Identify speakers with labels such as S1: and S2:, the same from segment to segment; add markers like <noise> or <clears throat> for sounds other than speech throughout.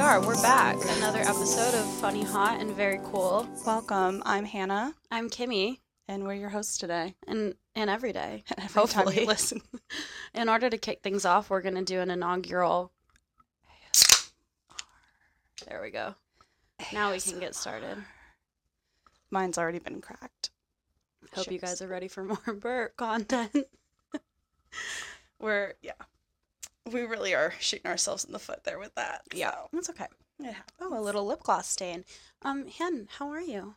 S1: are. We're back. Another episode of Funny Hot and Very Cool.
S2: Welcome. I'm Hannah,
S1: I'm Kimmy,
S2: and we're your hosts today.
S1: and and every day. <laughs>
S2: And every time
S1: Hopefully.
S2: you listen,
S1: <laughs> In order to kick things off, we're gonna do an inaugural. There we go. Now we can get started.
S2: mine's already been cracked.
S1: Hope you
S2: Shucks.
S1: guys are ready for more <laughs> burp content.
S2: We're yeah, we really are shooting ourselves in the foot there with that.
S1: Yeah.
S2: so.
S1: <laughs> That's okay.
S2: It happens.
S1: Oh, a little lip gloss stain. Um, Hen, how are you?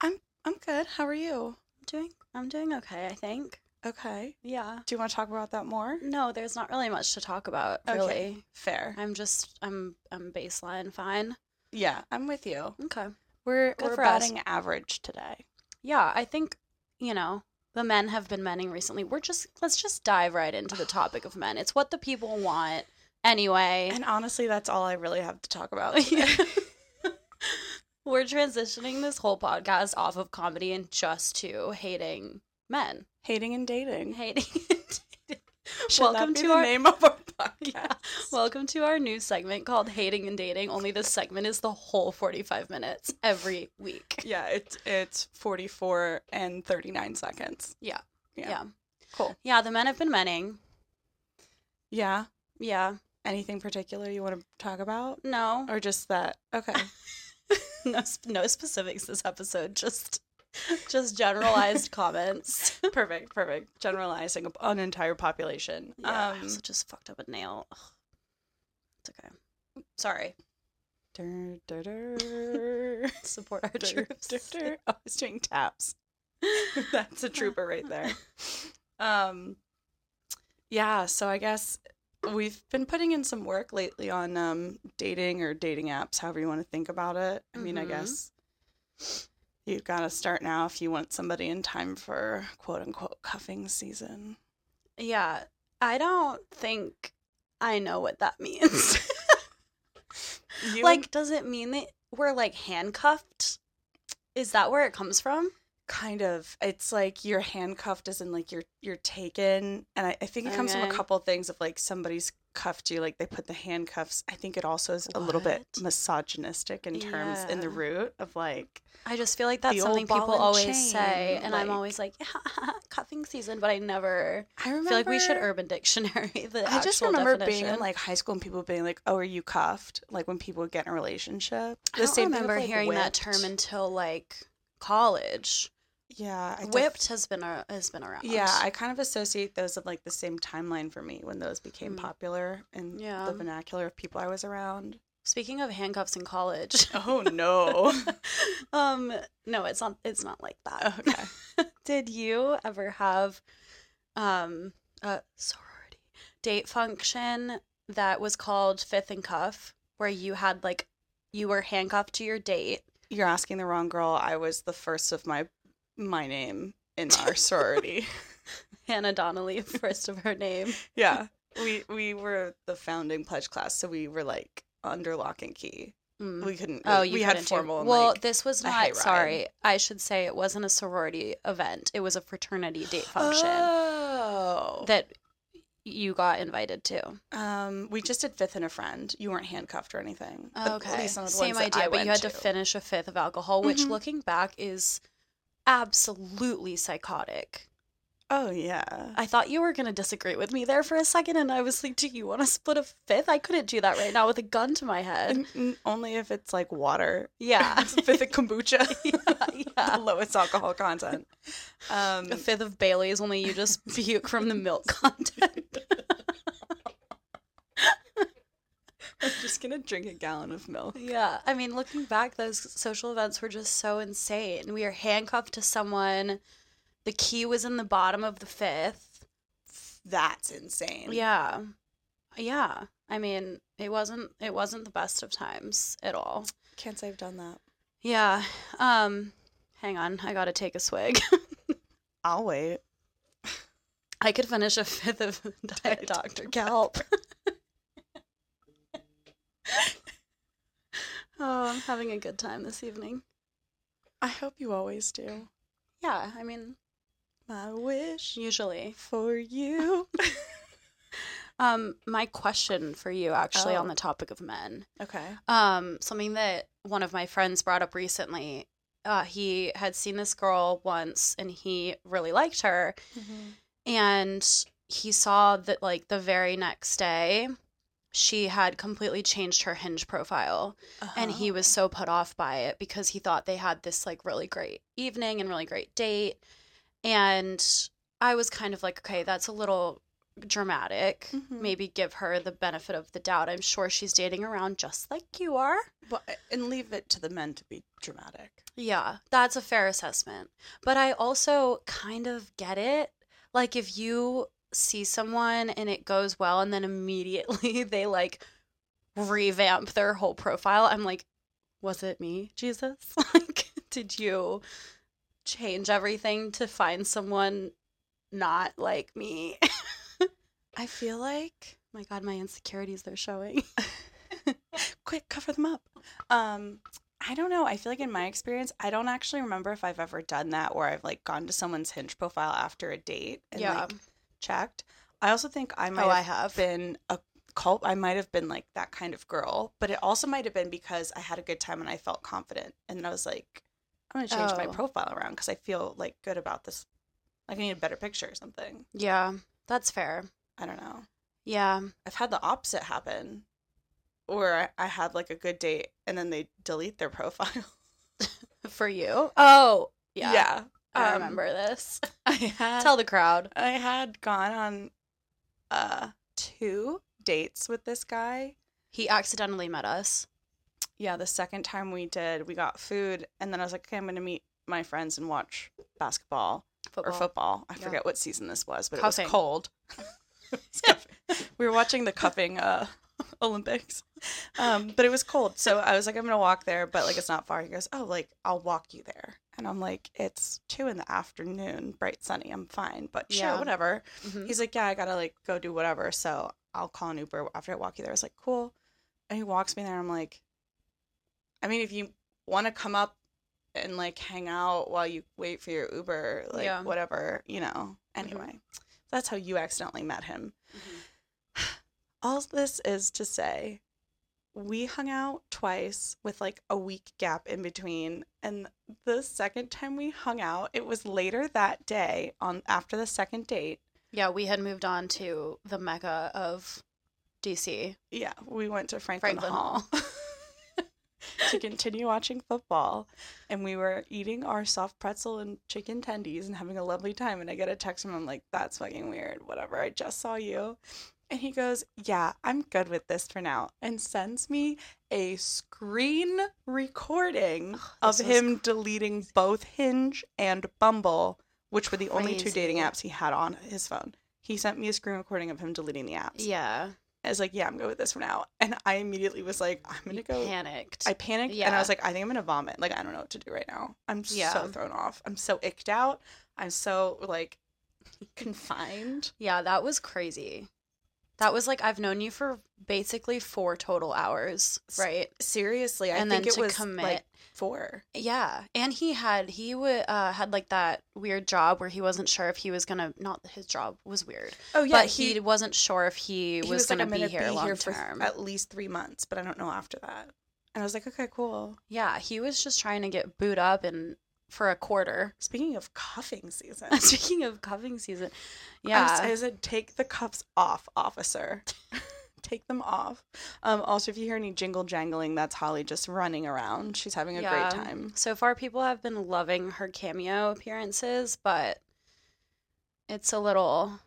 S2: I'm good. How are you?
S1: I'm doing. I'm doing okay. I think.
S2: Okay.
S1: Yeah.
S2: Do you want to talk about that more?
S1: No, there's not really much to talk about.
S2: Okay.
S1: Really.
S2: Fair.
S1: I'm just. I'm. I'm baseline fine.
S2: Yeah, I'm with you.
S1: Okay.
S2: We're
S1: Good
S2: we're
S1: for us.
S2: batting average today.
S1: Yeah, I think, you know, the men have been menning recently. We're just let's just dive right into <sighs> the topic of men. It's what the people want anyway. <laughs>
S2: And honestly, that's all I really have to talk <laughs> about. today.
S1: We're transitioning this whole podcast off of comedy and just to hating men.
S2: Hating and dating.
S1: Hating and <laughs> dating.
S2: Should
S1: Welcome
S2: that be
S1: to
S2: the
S1: our-
S2: name of <laughs> our podcast.
S1: Yeah. Welcome to our new segment called Hating and Dating. Only this segment is the whole 45 minutes every week.
S2: Yeah, it's it's 44 and 39 seconds.
S1: Yeah.
S2: Yeah.
S1: <laughs> Yeah,
S2: Cool.
S1: the men have been menning.
S2: Yeah.
S1: Yeah.
S2: Anything particular you want to talk about?
S1: No.
S2: Or just that? Okay.
S1: <laughs> no, sp- no specifics this episode just just <laughs> generalized comments
S2: <laughs> perfect, perfect. Generalizing an entire population.
S1: yeah I
S2: Um
S1: also just fucked up a nail Ugh. it's okay <laughs> sorry
S2: dur, dur, dur,
S1: support <laughs> our
S2: dur,
S1: troops
S2: <laughs> dur, dur. Oh, I was doing taps. <laughs> That's a trooper right there. Um yeah, so I guess we've been putting in some work lately on um dating or dating apps, however you want to think about it. I mean, I
S1: Mhm.
S2: guess you've got to start now if you want somebody in time for quote unquote cuffing season.
S1: yeah i don't think i know what that <laughs> means
S2: You
S1: like does it mean that we're like handcuffed is that where it comes from
S2: kind of it's like you're handcuffed as in like you're you're taken and i, I think it comes from a
S1: Okay.
S2: couple things of like somebody's cuffed you like they put the handcuffs i think it also is a little bit
S1: What?
S2: misogynistic in terms in the
S1: Yeah.
S2: root of like
S1: i just feel like that's
S2: The old
S1: something
S2: ball
S1: people
S2: and
S1: always
S2: chain,
S1: say and i'm
S2: like-
S1: always like <laughs> cuffing season but i never
S2: i
S1: I
S2: remember
S1: feel like we should Urban Dictionary <laughs> the
S2: i just
S1: actual
S2: remember being
S1: definition.
S2: in like high school and people being like oh are you cuffed like when people would get in a relationship
S1: I don't
S2: thing of,
S1: remember
S2: like,
S1: hearing that
S2: whipped.
S1: term until like college.
S2: yeah I def-
S1: Whipped has been a, has been around.
S2: yeah i kind of associate those of like the same timeline for me when those became
S1: Mm.
S2: popular in
S1: Yeah.
S2: the vernacular of people i was around
S1: Speaking of handcuffs in college,
S2: oh
S1: <laughs>
S2: no
S1: um, no, it's not. It's not like that.
S2: okay
S1: <laughs> Did you ever have, um, a sorority date function that was called Fifth and Cuff, where you had like, you were handcuffed to your date?
S2: You're asking the wrong girl. I was the first of my my name in
S1: <laughs>
S2: our sorority.
S1: Hannah Donnelly, <laughs> first of her name.
S2: yeah. We we were the founding pledge class, so we were like under lock and key.
S1: Mm.
S2: We couldn't
S1: Oh, you
S2: we had
S1: couldn't do-
S2: formal and
S1: Well,
S2: like
S1: this was
S2: a high
S1: not.
S2: ride.
S1: Sorry, I should say it wasn't a sorority event. It was a fraternity date function
S2: Oh.
S1: that you got invited to.
S2: um we just did fifth and a friend. You weren't handcuffed or anything. But
S1: Oh, okay,
S2: At least on the
S1: same
S2: ones that
S1: idea,
S2: I
S1: but
S2: went
S1: you had to. Mm-hmm. finish a fifth of alcohol, which,
S2: Mhm.
S1: looking back, is absolutely psychotic.
S2: Oh yeah.
S1: I thought you were going to disagree with me there for a second, and I was like, "Do you want to split a fifth? I couldn't do that right now with a gun to my head." <laughs>
S2: N- n- only if it's like water. <laughs>
S1: Yeah,
S2: fifth of <laughs> kombucha.
S1: yeah.
S2: the lowest alcohol content. <laughs> Um
S1: a fifth of Bailey's, only you just <laughs> puke from the milk content.
S2: I'm just gonna drink a gallon of milk.
S1: yeah. I mean, looking back, those social events were just so insane. We are handcuffed to someone. The key was in the bottom of the fifth.
S2: That's insane.
S1: Yeah. Yeah. I mean, it wasn't it wasn't the best of times at all.
S2: Can't say I've done that.
S1: Yeah. Um hang on, I got to take a swig. <laughs>
S2: I'll wait.
S1: I could finish a fifth of <laughs> Diet
S2: Diet <laughs>
S1: Dr. Kelp. oh, I'm having a good time this evening.
S2: I hope you always do.
S1: Yeah, I mean,
S2: My wish
S1: usually.
S2: for you.
S1: Um, my question for you actually
S2: Oh.
S1: on the topic of men.
S2: Okay. <laughs>
S1: Um, something that one of my friends brought up recently. Uh, he had seen this girl once and he really liked her.
S2: Mm-hmm.
S1: And he saw that, like, the very next day, she had completely changed her hinge profile. And he
S2: Uh-huh.
S1: was so put off by it because he thought they had this, like, really great evening and really great date. And I was kind of like, okay, that's a little dramatic.
S2: Mhm.
S1: Maybe give her the benefit of the doubt. I'm sure she's dating around just like you are.
S2: But- and leave it to the men to be dramatic.
S1: Yeah, that's a fair assessment. But I also kind of get it. Like if you see someone and it goes well and then immediately <laughs> they like revamp their whole profile, I'm like, was it me, Jesus? <laughs> Like did you change everything to find someone not like me? <laughs> oh
S2: I feel like
S1: my god, my insecurities they're showing. <laughs>
S2: quick cover them up. Um I don't know. I feel like in my experience, I don't actually remember if I've ever done that where I've like gone to someone's hinge profile after a date and
S1: yeah.
S2: like checked. I also think I might
S1: oh, I
S2: have
S1: have.
S2: been a cult. I might have been like that kind of girl, but it also might have been because I had a good time and I felt confident. And then I was like, I'm going to change my
S1: Oh.
S2: profile around because I feel like good about this. Like I need a better picture or something.
S1: Yeah, that's fair.
S2: I don't know.
S1: Yeah.
S2: I've had the opposite happen where I, I had like a good date and then they delete their <laughs> profile.
S1: For you? Oh, yeah.
S2: yeah.
S1: I
S2: Um, uh,
S1: remember this.
S2: <laughs> I had
S1: Tell the crowd.
S2: I had gone on uh two dates with this guy.
S1: He accidentally met us.
S2: yeah, the second time we did, we got food, and then I was like, okay, I'm gonna meet my friends and watch basketball
S1: Football.
S2: or football. I
S1: Yeah.
S2: forget what season this was, but it
S1: Cuffing.
S2: was cold. <laughs> It was cuffing. we were watching the cuffing uh, <laughs> Olympics, um, but it was cold, so I was like, I'm gonna walk there, but like it's not far. He goes, oh, like I'll walk you there, and I'm like, it's two in the afternoon, bright sunny, I'm fine, but sure,
S1: Yeah.
S2: whatever. <laughs>
S1: Mhm.
S2: He's like, yeah, I gotta like go do whatever. So I'll call an Uber after I walk you there. I was like, cool. And he walks me there. I'm like, I mean, if you want to come up and like hang out while you wait for your Uber, like
S1: Yeah.
S2: whatever, you know. Anyway, that's how you accidentally met him. All this is to say, we hung out twice with like a week gap in between. And the second time we hung out, it was later that day on after the second date.
S1: Yeah, we had moved on to the mecca of DC,
S2: Yeah, we went to Franklin,
S1: Franklin
S2: Hall
S1: Hall.
S2: <laughs>
S1: <laughs>
S2: to continue watching football, and we were eating our soft pretzel and chicken tendies and having a lovely time. And I get a text from him like, "That's fucking weird. Whatever. I just saw you." And he goes, "Yeah, I'm good with this for now," and sends me a screen recording of
S1: this was
S2: him deleting both Hinge and Bumble, which were the only two dating
S1: Crazy.
S2: apps he had on his phone. He sent me a screen recording of him deleting the apps.
S1: Yeah.
S2: I was like, yeah, I'm good with this for now. And I immediately was like, I'm gonna
S1: You
S2: go.
S1: panicked.
S2: I panicked and I
S1: Yeah.
S2: was like, I think I'm gonna vomit. Like, I don't know what to do right now. I'm
S1: Yeah.
S2: so thrown off. I'm so icked out. I'm so like <laughs> confined.
S1: yeah, that was crazy. That was like I've known you for basically four total hours,
S2: S-
S1: right?
S2: Seriously, I
S1: and then
S2: think it
S1: to
S2: was
S1: commit,
S2: like four.
S1: yeah. And he had he would uh, had like that weird job where he wasn't sure if he was gonna. Not that his job was weird,
S2: Oh yeah,
S1: but he, wasn't sure if he, was,
S2: like,
S1: gonna
S2: "I'm
S1: be here long
S2: for
S1: term.
S2: at least three months, but I don't know after that. And I was like, okay, cool.
S1: Yeah, he was just trying to get booed up and for a quarter. <laughs>
S2: Speaking of coughing season,
S1: Speaking of cuffing season,
S2: I
S1: yeah,
S2: s- I said, take the cuffs off, officer. <laughs> take them off. Um, also, if you hear any jingle jangling, that's Holly just running around. She's having a
S1: Yeah.
S2: great time.
S1: so far people have been loving her cameo appearances, but it's a little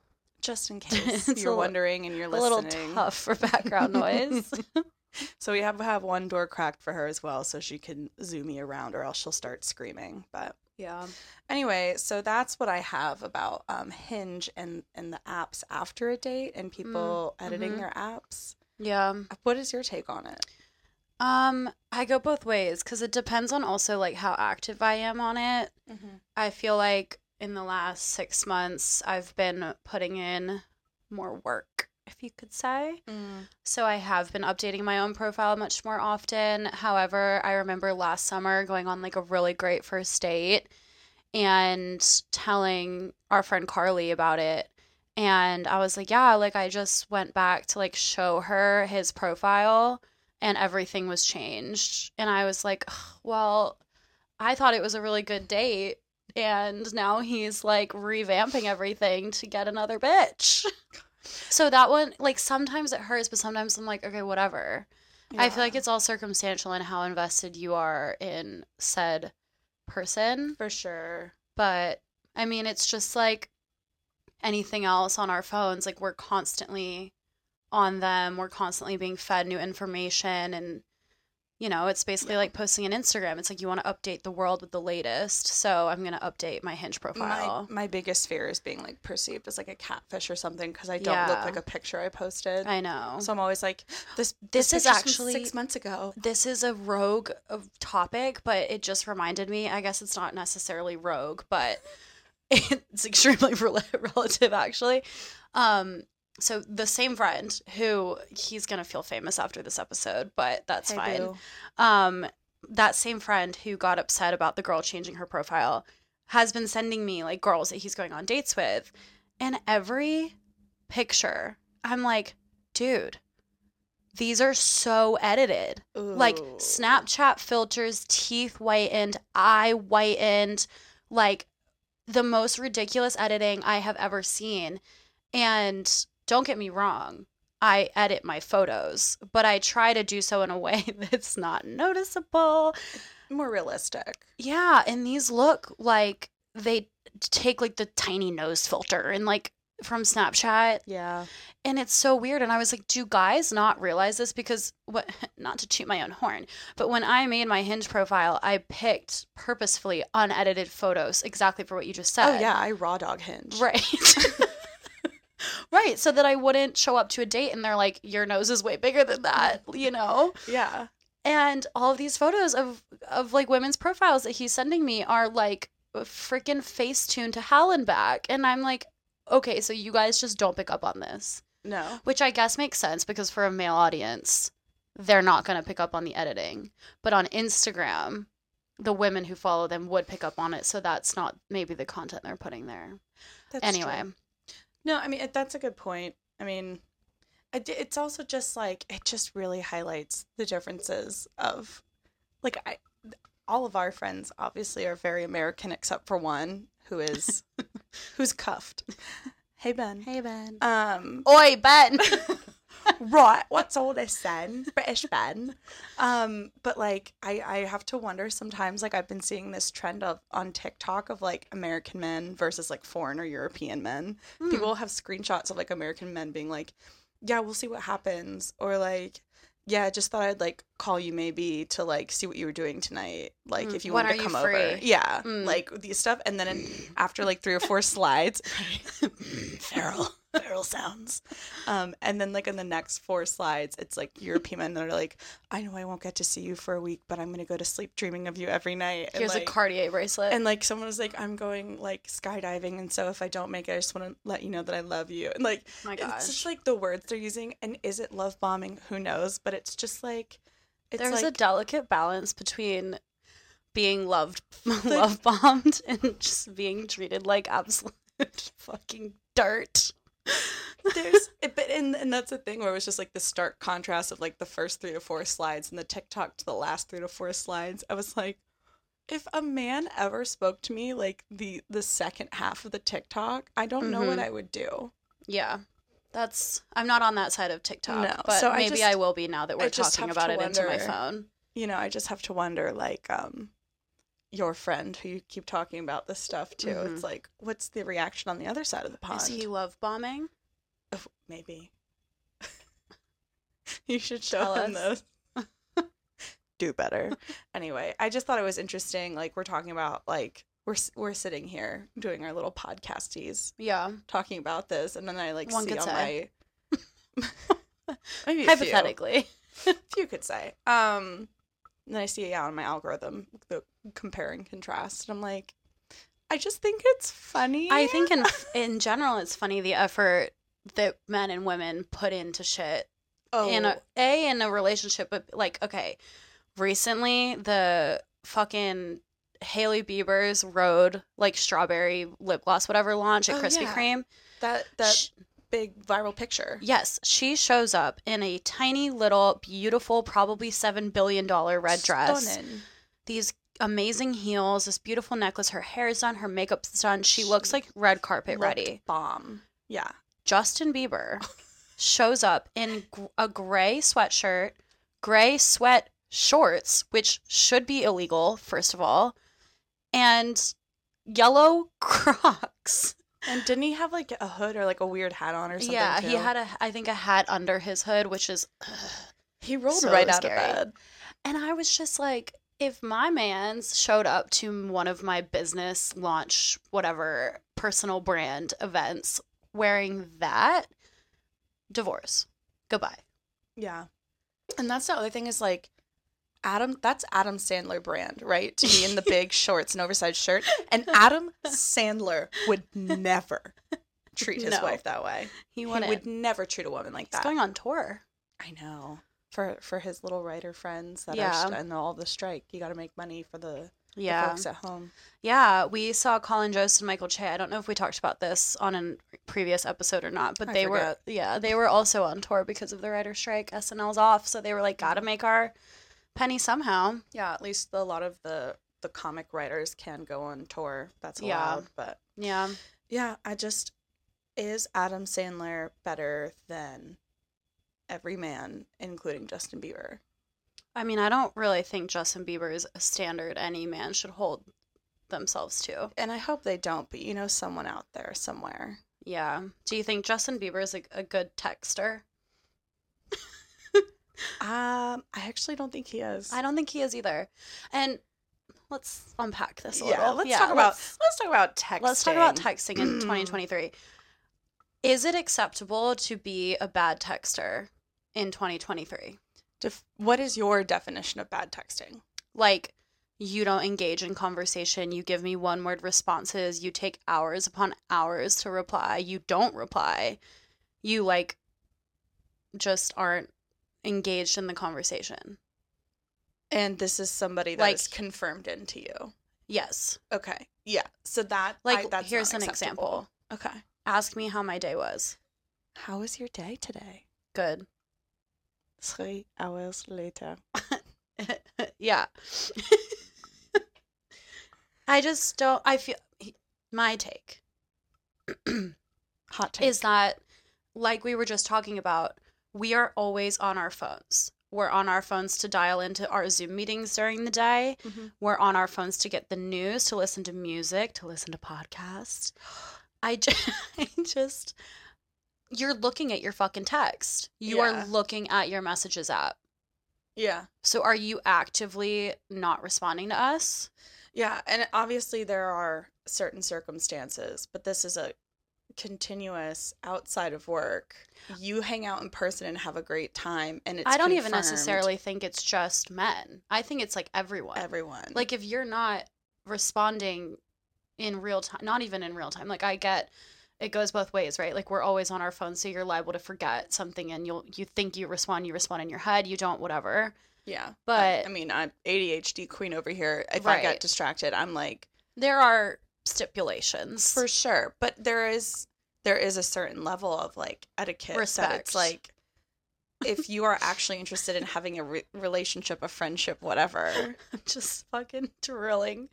S2: Just <laughs> in case
S1: It's a
S2: you're
S1: li-
S2: wondering and you're
S1: a
S2: listening.
S1: little tough for background noise.
S2: So we have have one door cracked for her as well, so she can zoom me around, or else she'll start screaming. But
S1: <laughs> yeah,
S2: anyway, so that's what I have about um, Hinge and and the apps after a date and people editing
S1: mhm.
S2: their apps.
S1: yeah.
S2: What is your take on it?
S1: Um, I go both ways because it depends on also like how active I am on it.
S2: Mm-hmm.
S1: I feel like in the last six months I've been putting in more work, if you could say.
S2: Mm-hmm.
S1: So I have been updating my own profile much more often. However, I remember last summer going on like a really great first date and telling our friend Carly about it. and I was like, yeah, like I just went back to like show her his profile and everything was changed. And I was like, "Ugh, well, I thought it was a really good date and now he's like revamping everything to get another bitch. So that one like sometimes it hurts, but sometimes I'm like, okay, whatever. I feel like
S2: Yeah,
S1: it's all circumstantial in how invested you are in said person.
S2: for sure.
S1: But I mean, it's just like anything else on our phones. Like, we're constantly on them, we're constantly being fed new information. And, you know, it's basically
S2: Yeah.
S1: like posting an Instagram. It's like you want to update the world with the latest. So I'm going to update my hinge
S2: My,
S1: profile.
S2: my biggest fear is being like perceived as like a catfish or something because I don't
S1: Yeah.
S2: look like a picture I posted.
S1: I know.
S2: So I'm always like, this
S1: This is
S2: this, is actually
S1: actually-
S2: six months ago.
S1: this is a rogue uh, topic, but it just reminded me. I guess it's not necessarily rogue, but <laughs> it's extremely <laughs> rel- relative, actually. Um, so the same friend who he's gonna feel famous after this episode, but that's
S2: Hey,
S1: fine
S2: boo.
S1: um, that same friend who got upset about the girl changing her profile has been sending me like girls that he's going on dates with. And every picture, I'm like, dude, these are so edited. Like
S2: Ooh.
S1: Snapchat filters, teeth whitened, eye whitened, like the most ridiculous editing I have ever seen. And don't get me wrong, I edit my photos, but I try to do so in a <laughs> way that's not noticeable.
S2: more realistic.
S1: Yeah, and these look like they take like the tiny nose filter and like from Snapchat
S2: Yeah.
S1: and it's so weird and I was like, do guys not realize this because what <laughs> not to toot my own horn, but when I made my Hinge profile, I picked purposefully unedited photos exactly for what you just said.
S2: Oh yeah, I raw dog hinge.
S1: Right. <laughs> right. So that I wouldn't show up to a date and they're like, your nose is way bigger than that, <laughs> you know?
S2: Yeah.
S1: And all of these photos of, of like women's profiles that he's sending me are like freaking Facetune to Hal and back. And I'm like, okay, so you guys just don't pick up on this,
S2: No.
S1: which I guess makes sense because for a male audience, they're not going to pick up on the editing. But on Instagram, the women who follow them would pick up on it. So that's not maybe the content they're putting there.
S2: That's
S1: anyway.
S2: true. No, I mean it- that's a good point. I mean, I d- it's also just like it just really highlights the differences of like I all of our friends obviously are very American except for one who <laughs> is who's cuffed. Hey Ben.
S1: Hey, Ben.
S2: Um
S1: Oi, Ben.
S2: right, what's all this then? British Ben. <laughs> Um, but like I, I have to wonder sometimes like I've been seeing this trend of on TikTok of like American men versus like foreign or European men. <laughs>
S1: Hmm.
S2: People have screenshots of like American men being like, Yeah, we'll see what happens or like yeah, I just thought I'd like call you maybe to like see what you were doing tonight. Like
S1: Mm.
S2: if you
S1: When
S2: want
S1: are
S2: to
S1: you
S2: come
S1: free?
S2: over. Yeah.
S1: Mm.
S2: Like these stuff. And
S1: <clears throat>
S2: then in, after like three or
S1: <laughs>
S2: four slides, feral feral sounds um and then like in the next four slides it's like european men that are like i know i won't get to see you for a week but i'm gonna go to sleep dreaming of you every night
S1: <laughs>
S2: and
S1: Here's
S2: like,
S1: a Cartier bracelet.
S2: and like someone was like i'm going like skydiving and so if i don't make it i just want to let you know that i love you and like
S1: Oh my
S2: it's just like the words they're using and is it love bombing who knows but it's just like it's
S1: There's a
S2: like
S1: delicate balance between being loved, <laughs> love bombed, and just being treated like absolute <laughs> fucking dirt.
S2: There's, it- but and, and that's the thing where it was just like the stark contrast of like the first three to four slides and the TikTok to the last three to four slides. I was like, if a man ever spoke to me like the the second half of the TikTok, I don't know what
S1: Mhm.
S2: I would do.
S1: Yeah. That's I'm not on that side of TikTok,
S2: No,
S1: but
S2: so I
S1: maybe
S2: just-
S1: I will be now that
S2: I
S1: we're
S2: just
S1: talking
S2: have
S1: about it
S2: to
S1: into my
S2: wonder-
S1: phone.
S2: You know, I just have to wonder like um your friend who you keep talking about this stuff to.
S1: Mhm.
S2: It's like, what's the reaction on the other side of the pond?
S1: Is he love bombing?
S2: Oh, maybe. <laughs> you should show
S1: Tell
S2: him
S1: us.
S2: those.
S1: <laughs>
S2: Do better. anyway, I just thought it was interesting. Like we're talking about, like we're s- we're sitting here doing our little podcasties,
S1: Yeah.
S2: talking about this, and then I like
S1: One
S2: see
S1: could
S2: on
S1: say. <laughs>
S2: my <laughs> Maybe a few. <laughs>
S1: Hypothetically.
S2: few could say. Um, and then I see yeah on my algorithm the compare and contrast, and I'm like, I just think it's funny.
S1: I think in <laughs> in general it's funny the effort that men and women put into shit
S2: oh,
S1: in a, a in a relationship but like okay recently the fucking Haley Bieber's Road like strawberry lip gloss whatever launch at
S2: Oh,
S1: Krispy
S2: yeah.
S1: Kreme
S2: That that
S1: Sh-
S2: big viral picture.
S1: Yes, she shows up in a tiny little, beautiful, probably $7 billion red dress.
S2: Stunning.
S1: These amazing heels, this beautiful necklace. Her hair is done, her makeup's done. She,
S2: She
S1: looks like red carpet
S2: Looked
S1: ready.
S2: Bomb. Yeah.
S1: Justin Bieber shows up in gr- a gray sweatshirt, gray sweat shorts, which should be illegal, first of all, and yellow <laughs> Crocs.
S2: And didn't he have like a hood or like a weird hat on or something?
S1: Yeah, he
S2: too?
S1: had a, I think, a hat under his hood, which is.
S2: He rolled
S1: So
S2: right out
S1: scary.
S2: of bed.
S1: And I was just like, if my man's showed up to one of my business launch, whatever personal brand events wearing that, divorce, goodbye.
S2: Yeah. And that's the other thing is like Adam that's Adam Sandler brand, right? To be in the
S1: <laughs>
S2: big shorts and oversized shirt. And Adam Sandler would never treat his
S1: No.
S2: wife that way.
S1: He
S2: He
S1: wouldn't.
S2: would never treat a woman like
S1: He's
S2: that.
S1: going on tour.
S2: I know. For for his little writer friends that
S1: Yeah.
S2: are st- and all the strike, you got to make money for the, the
S1: Yeah.
S2: folks at home.
S1: Yeah. We saw Colin Jost and Michael Che. I don't know if we talked about this on a previous episode or not, but
S2: I
S1: they were, yeah, they were also on tour because of the writer's strike. SNL's off. So they were like, gotta make our penny somehow.
S2: Yeah, at least a lot of the the comic writers can go on tour. That's
S1: Yeah.
S2: allowed, but
S1: Yeah.
S2: Yeah, I just is Adam Sandler better than every man, including Justin Bieber?
S1: I mean, I don't really think Justin Bieber is a standard any man should hold themselves to.
S2: And I hope they don't, but you know someone out there somewhere.
S1: Yeah. Do you think Justin Bieber is a, a good texter?
S2: Um, I actually don't think he is.
S1: I don't think he is either. And let's unpack this a
S2: Yeah,
S1: little.
S2: let's talk about-
S1: let's-
S2: Let's talk about texting.
S1: Let's talk about texting
S2: <clears throat>
S1: in 2023. Is it acceptable to be a bad texter in 2023?
S2: Def- what is your definition of bad texting?
S1: Like, you don't engage in conversation, you give me one word responses, you take hours upon hours to reply, you don't reply, you like just aren't engaged in the conversation.
S2: And this is somebody that is
S1: Like-
S2: confirmed into you.
S1: Yes.
S2: Okay. Yeah. So that
S1: Like,
S2: I- that's
S1: here's
S2: not
S1: an
S2: acceptable.
S1: example
S2: Okay.
S1: ask me how my day was.
S2: How was your day today?
S1: Good.
S2: Three hours later.
S1: yeah. <laughs> I just don't. I feel he- my take
S2: Hot take.
S1: is that, like we were just talking about, we are always on our phones. We're on our phones to dial into our Zoom meetings during the day.
S2: Mhm.
S1: We're on our phones to get the news, to listen to music, to listen to podcasts. <gasps> I just, <laughs> I just you're looking at your fucking text. You
S2: Yeah.
S1: are looking at your messages app.
S2: yeah.
S1: So are you actively not responding to us?
S2: Yeah, and obviously there are certain circumstances, but this is a continuous outside of work. You hang out in person and have a great time, and it's
S1: Uh I don't even
S2: confirmed
S1: necessarily think it's just men. I think it's like everyone.
S2: everyone
S1: Like if you're not responding in real time, not even in real time. Like I get it goes both ways, right? Like we're always on our phones, so you're liable to forget something and you'll you think you respond, you respond in your head, you don't whatever.
S2: yeah.
S1: but-
S2: I, I mean, I'm ADHD queen over here. If I
S1: Right.
S2: get distracted, I'm like
S1: There are stipulations.
S2: for sure. But there is there is a certain level of like etiquette that
S1: Respect.
S2: it's like. If you are actually interested in having a re- relationship, a
S1: <laughs>
S2: friendship, whatever,
S1: <laughs> I'm just fucking drilling.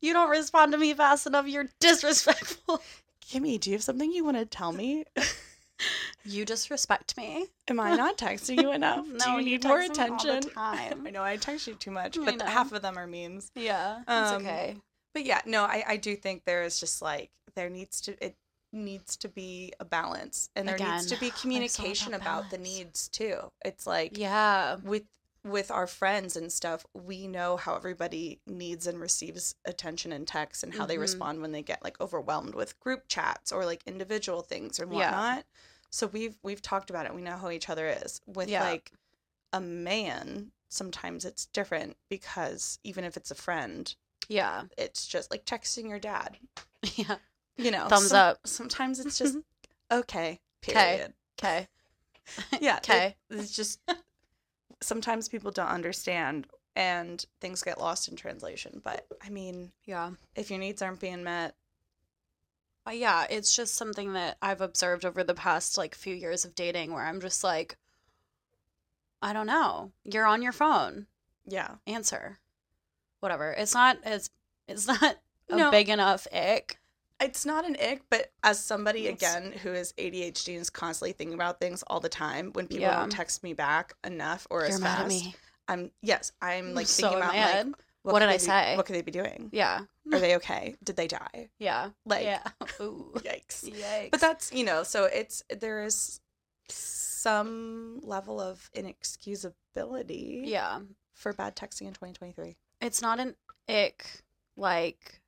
S1: You don't respond to me fast enough, you're disrespectful. <laughs>
S2: Kimmy, do you have something you want to tell me?
S1: You disrespect me.
S2: Am I not texting you <laughs> enough?
S1: No,
S2: Do you
S1: you
S2: need more
S1: text me all the
S2: attention?
S1: time.
S2: <laughs> I know I text you too much,
S1: I
S2: but
S1: know.
S2: half of them are memes.
S1: Yeah, that's
S2: Um,
S1: okay.
S2: But yeah, no, I, I do think there is just like there needs to it needs to be a balance, and there needs
S1: Again,
S2: to be
S1: I'm so
S2: communication
S1: about
S2: about the
S1: balance.
S2: needs too. It's like
S1: Yeah,
S2: with with our friends and stuff, we know how everybody needs and receives attention and texts and how they
S1: Mhm.
S2: respond when they get like overwhelmed with group chats or like individual things or
S1: Yeah.
S2: whatnot. So we've we've talked about it. We know how each other is. With
S1: Yeah.
S2: like a man, sometimes it's different because even if it's a friend,
S1: yeah, <laughs>
S2: it's just like texting your dad.
S1: yeah.
S2: You know,
S1: Thumbs
S2: some-
S1: up.
S2: Sometimes
S1: <laughs>
S2: it's just okay.
S1: 'Kay.
S2: Period.
S1: Okay,
S2: Yeah.
S1: <laughs>
S2: it-
S1: okay.
S2: it's just sometimes people don't understand and things get lost in translation but i mean
S1: Yeah,
S2: if your needs aren't being met
S1: Uh, yeah, it's just something that I've observed over the past like few years of dating where I'm just like, I don't know. You're on your phone.
S2: Yeah.
S1: Answer. Whatever. It's not it's it's <laughs> not a
S2: No.
S1: big enough ick.
S2: It's not an ick, but as somebody
S1: It's-
S2: again who is ADHD and is constantly thinking about things all the time, when people
S1: Yeah.
S2: don't text me back enough or
S1: You're
S2: as
S1: mad
S2: fast,
S1: at me.
S2: I'm yes, I'm like
S1: so
S2: thinking about
S1: mad.
S2: like
S1: What
S2: could
S1: did I
S2: they be-
S1: say?
S2: What could they be doing?
S1: yeah.
S2: Are they okay? Did they die?
S1: Yeah.
S2: <laughs> Like
S1: yeah. Ooh.
S2: <laughs> yikes.
S1: Yikes.
S2: But that's you know, so it's there is some level of inexcusability
S1: yeah.
S2: for bad texting in 2023.
S1: It's not an ick like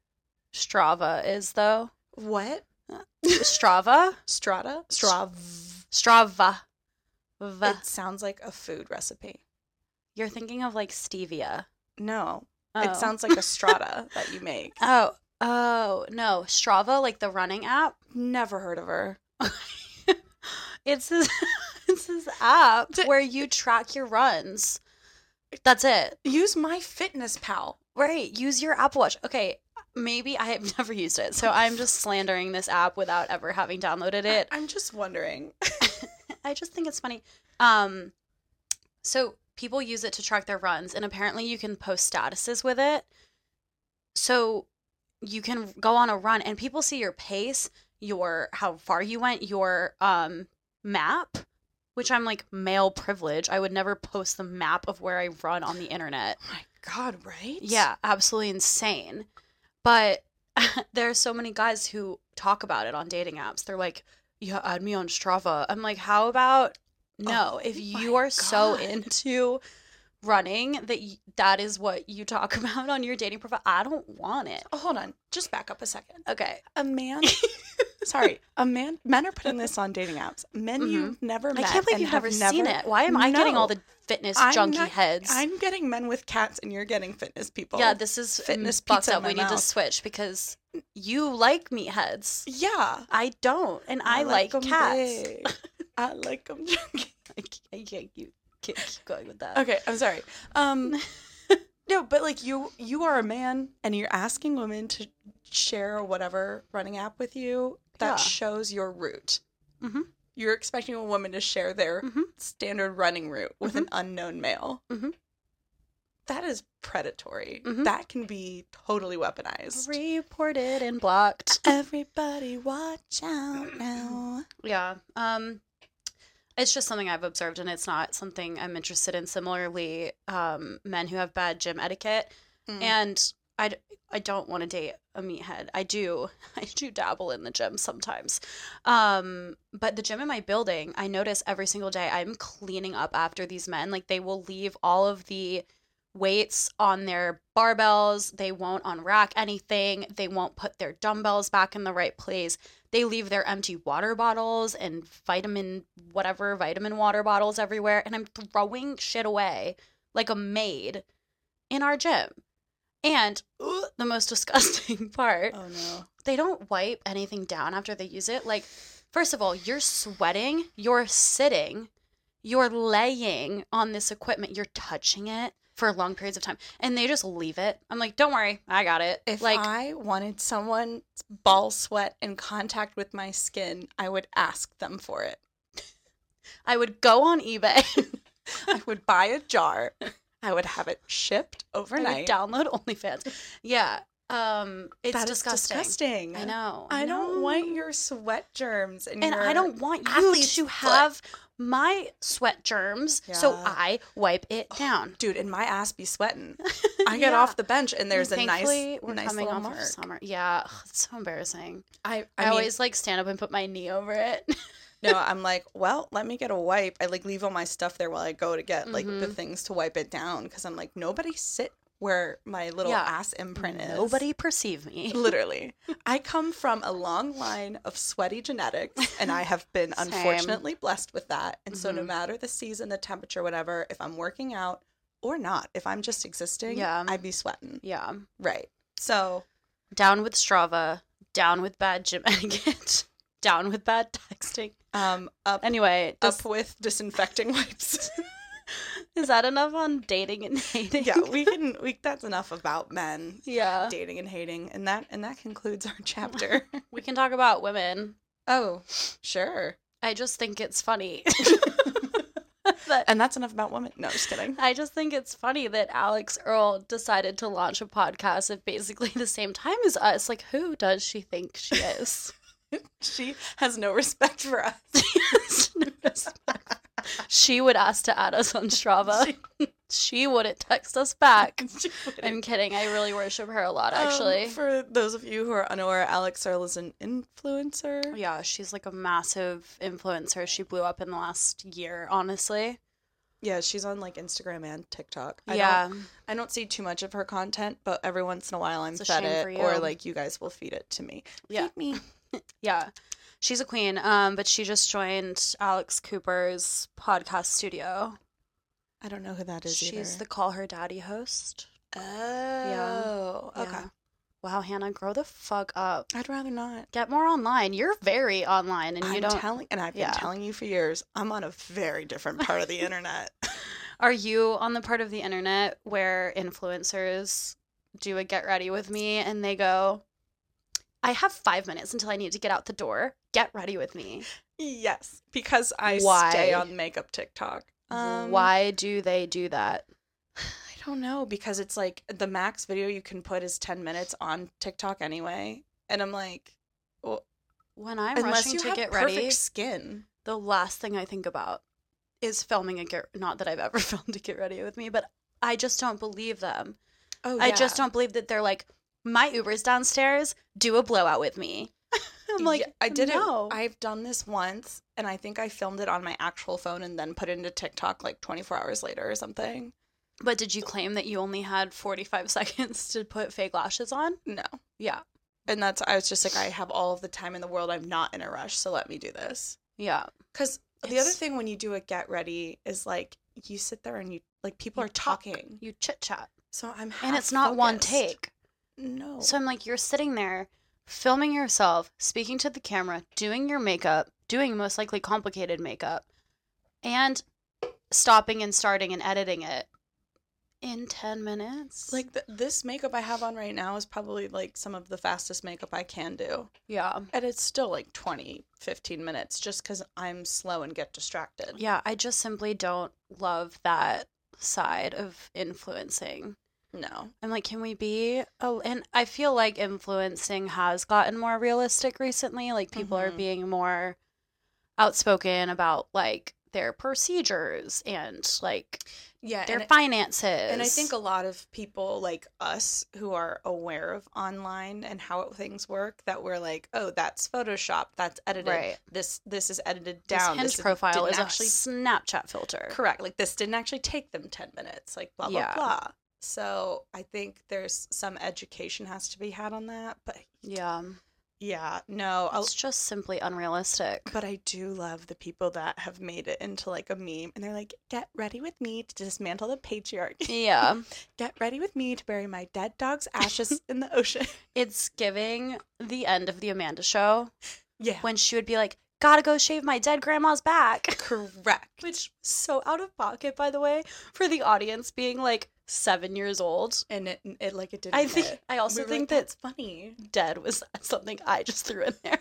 S1: Strava is <laughs> though.
S2: What?
S1: Strava?
S2: Strata? Strav.
S1: Strava.
S2: It sounds like a food recipe.
S1: You're thinking of like stevia.
S2: No,
S1: Oh.
S2: it sounds like a <laughs> strata that you make.
S1: Oh, oh no, Strava, like the running app.
S2: Never heard of her.
S1: It's this, <laughs> it's this app where you track your runs. That's it.
S2: Use my fitness pal.
S1: Right. Use your Apple Watch. Okay. Maybe I have <laughs> never used it, so I'm just slandering this app without ever having downloaded it.
S2: I'm just wondering.
S1: <laughs> I just think it's funny. Um, so people use it to track their runs, and apparently you can post statuses with it. So you can go on a run, and people see your pace, your how far you went, your um map. Which I'm like male privilege. I would never post the map of where I run on the internet.
S2: Oh my God, right?
S1: Yeah, absolutely insane. But <laughs> there are so many guys who talk about it on dating apps. They're like, "Yeah, add me on Strava." I'm like, "How about no?
S2: Oh
S1: if
S2: my
S1: you are so
S2: God.
S1: into running that y- that is what you talk <laughs> about on your dating profile, I don't want it."
S2: Oh, hold on. Just back up a second.
S1: Okay,
S2: A man. <laughs> sorry, a man. Men are <laughs> putting this on dating apps. Men you've never met.
S1: I can't believe
S2: and
S1: you've
S2: have
S1: never seen
S2: never-
S1: it. Why am I getting all
S2: No.
S1: the fitness
S2: I'm
S1: junkie
S2: not-
S1: heads?
S2: I'm getting men with cats, and you're getting fitness people.
S1: yeah, this is fitness
S2: fitness
S1: fucked
S2: pizza in
S1: up.
S2: my
S1: We need to
S2: mouth.
S1: switch because you like meatheads.
S2: yeah.
S1: I don't, and I, like,
S2: 'em
S1: cats.
S2: big.
S1: <laughs>
S2: I like them junky.
S1: I c- I can't keep, can't keep going with that.
S2: Okay, I'm sorry. Um,
S1: <laughs>
S2: no, but like you, you are a man, and you're asking women to share whatever running app with you that
S1: Yeah.
S2: shows your route.
S1: Mhm.
S2: You're expecting a woman to share their
S1: Mhm.
S2: standard running route with an
S1: Mm-hmm.
S2: unknown male.
S1: Mhm.
S2: That is predatory.
S1: Mhm.
S2: That can be totally weaponized.
S1: Reported and blocked.
S2: Everybody, watch out now.
S1: Yeah. Um, it's just something I've observed, and it's not something I'm interested in. Similarly, um, men who have bad gym etiquette,
S2: Mm.
S1: and I, d- I don't want to date a meathead. I do, <laughs> I do dabble in the gym sometimes, um, but the gym in my building, I notice every single day I'm cleaning up after these men. Like they will leave all of the weights on their barbells. They won't unrack anything. They won't put their dumbbells back in the right place. They leave their empty water bottles and vitamin, whatever, vitamin water bottles everywhere. And I'm throwing shit away like a maid in our gym. And ugh, the most <laughs> disgusting part
S2: Oh no.
S1: they don't wipe anything down after they use it. Like, first of all, you're sweating, you're sitting, you're laying on this equipment, you're touching it for long periods of time, and they just leave it. I'm like, don't worry, I got it.
S2: If
S1: like,
S2: I wanted someone's ball sweat in contact with my skin, I would ask them for it.
S1: I would go on eBay, <laughs>
S2: I would buy a jar. I would have it shipped
S1: I would
S2: overnight.
S1: download OnlyFans. Yeah, um, it's
S2: That is
S1: disgusting.
S2: disgusting.
S1: I know.
S2: I don't want
S1: No.
S2: your sweat germs and,
S1: and I don't want you
S2: athlete's
S1: to
S2: foot.
S1: have my sweat germs, so
S2: Yeah.
S1: I wipe it down.
S2: dude. And my ass be sweating.
S1: <laughs>
S2: I get
S1: Yeah.
S2: off the bench and there's a nice,
S1: Thankfully, we're
S2: nice
S1: coming
S2: little
S1: off
S2: mark.
S1: of summer. Yeah, ugh, it's so embarrassing.
S2: I,
S1: I,
S2: I, mean,
S1: always like stand up and put my knee over it. <laughs>
S2: no. I'm like, well, let me get a wipe. I like leave all my stuff there while I go to get like
S1: Mm-hmm.
S2: the things to wipe it down because I'm like, nobody sit where my little
S1: Yeah.
S2: ass imprint is.
S1: Nobody <laughs> perceive me.
S2: <laughs> Literally. I come from a long line of sweaty genetics, and
S1: <laughs>
S2: I have been
S1: Same.
S2: unfortunately blessed with that. And so, no
S1: Mhm.
S2: matter the season, the temperature, whatever, if I'm working out or not, if I'm just existing,
S1: Yeah.
S2: I'd be sweating.
S1: Yeah,
S2: Right. So,
S1: down with Strava. Down with bad gym <laughs> etiquette. down with bad texting.
S2: um, up,
S1: Anyway, dis-
S2: <laughs> up with disinfecting wipes.
S1: Is that enough on dating and hating?
S2: yeah, we can. We that's enough about men
S1: <laughs> yeah.
S2: <laughs> dating and hating, and that and that
S1: <laughs>
S2: concludes our chapter.
S1: We can talk about women.
S2: oh, sure.
S1: I just think it's funny. <laughs> that,
S2: And that's enough about women. No, just kidding.
S1: <laughs> I just think it's funny that Alex Earl decided to launch a podcast at basically the same time as us. Like, who does she think she
S2: <laughs>
S1: is? <laughs>
S2: She has no respect for us. <laughs>
S1: she would ask to add us on Strava. <laughs> she wouldn't text us back.
S2: She wouldn't.
S1: I'm kidding. I really worship her a lot,
S2: Um,
S1: actually.
S2: for those of you who are unaware, Alex Earl is an influencer.
S1: yeah, she's like a massive influencer. She blew up in the last year, honestly.
S2: Yeah, she's on like Instagram and TikTok. I don't,
S1: yeah.
S2: I don't see too much of her content, but every once in a while I'm
S1: It's a
S2: fed
S1: shame
S2: it,
S1: for
S2: or
S1: you.
S2: like you guys will feed it to me.
S1: Yeah.
S2: Feed me.
S1: Yeah. She's a queen, um, but she just joined Alex Cooper's podcast studio.
S2: I don't know who that is
S1: She's
S2: either.
S1: the Call Her Daddy host.
S2: the oh
S1: Yeah.
S2: okay.
S1: Wow, Hannah, grow the fuck up.
S2: I'd rather not.
S1: Get more online. You're very online and you
S2: I'm
S1: don't
S2: telling, and I've
S1: yeah.
S2: been telling you for years. I'm on a very different
S1: <laughs>
S2: part of the internet. <laughs>
S1: Are you on the part of the internet where influencers do a get ready with me and they go, I have five minutes until I need to get out the door. Get ready with me.
S2: yes, because I
S1: Why?
S2: stay on makeup TikTok. Um,
S1: Why do they do that?
S2: I don't know because it's like the max video you can put is 10 minutes on TikTok anyway. And I'm like, well,
S1: When I'm
S2: unless
S1: rushing
S2: you
S1: to
S2: have
S1: get
S2: perfect
S1: ready,
S2: skin.
S1: the last thing I think about is filming a get not that I've ever <laughs> filmed a get ready with me, but I just don't believe them.
S2: Oh,
S1: I just don't believe that they're like, my Uber's downstairs, do a blowout with
S2: <laughs>
S1: me. I'm like,
S2: I did
S1: no.
S2: it. I've done this once and I think I filmed it on my actual phone and then put it into TikTok like 24 hours later or something.
S1: But did you claim that you only had 45 <laughs> seconds to put fake lashes on?
S2: No.
S1: Yeah.
S2: And that's, I was just like, I have all of the time in the world. I'm not in a rush. So let me do this.
S1: Yeah.
S2: Because the
S1: It's-
S2: other thing when you do a get ready is like, you sit there and you, like, people
S1: You
S2: are
S1: talk.
S2: talking.
S1: You chit chat.
S2: So I'm
S1: And it's not one
S2: half-focused.
S1: take.
S2: No.
S1: So I'm like, you're sitting there filming yourself, speaking to the camera, doing your makeup, doing most likely complicated makeup, and stopping and starting and editing it in 10 minutes.
S2: Like th- this makeup I have on right now is probably like some of the fastest makeup I can do.
S1: yeah.
S2: And it's still like 20, 15 minutes just because I'm slow and get distracted.
S1: Yeah. I just simply don't love that side of influencing.
S2: No.
S1: I'm like, can we be? Oh, and I feel like influencing has gotten more realistic recently. Like people are
S2: Mhm.
S1: being more outspoken about like their procedures and like
S2: Yeah.
S1: their
S2: and, I-
S1: finances.
S2: and I think a lot of people like us who are aware of online and how things work that we're like, oh, that's Photoshop, that's edited.
S1: Right.
S2: This this is edited
S1: this
S2: down.
S1: Hinge
S2: is-
S1: profile
S2: didn't
S1: is
S2: actually
S1: a Snapchat filter.
S2: Correct. Like this didn't actually take them 10 minutes, like blah, blah,
S1: Yeah.
S2: blah. So I think there's some education has to be had on that. But
S1: Yeah,
S2: yeah, no. I'll,
S1: it's just simply unrealistic.
S2: but I do love the people that have made it into like a meme and they're like, get ready with me to dismantle the patriarchy.
S1: <laughs> yeah,
S2: Get ready with me to bury my dead <laughs> dog's ashes in the ocean.
S1: it's giving the end of the Amanda show
S2: Yeah.
S1: when she would be like, "Gotta go shave my dead grandma's back." <laughs>
S2: Correct.
S1: which so out of pocket by the way for the audience being like seven years old
S2: And it, it like it didn't.
S1: i think
S2: hit.
S1: i also
S2: We were
S1: think
S2: like,
S1: that
S2: that's funny.
S1: dead was <laughs> something i just threw in there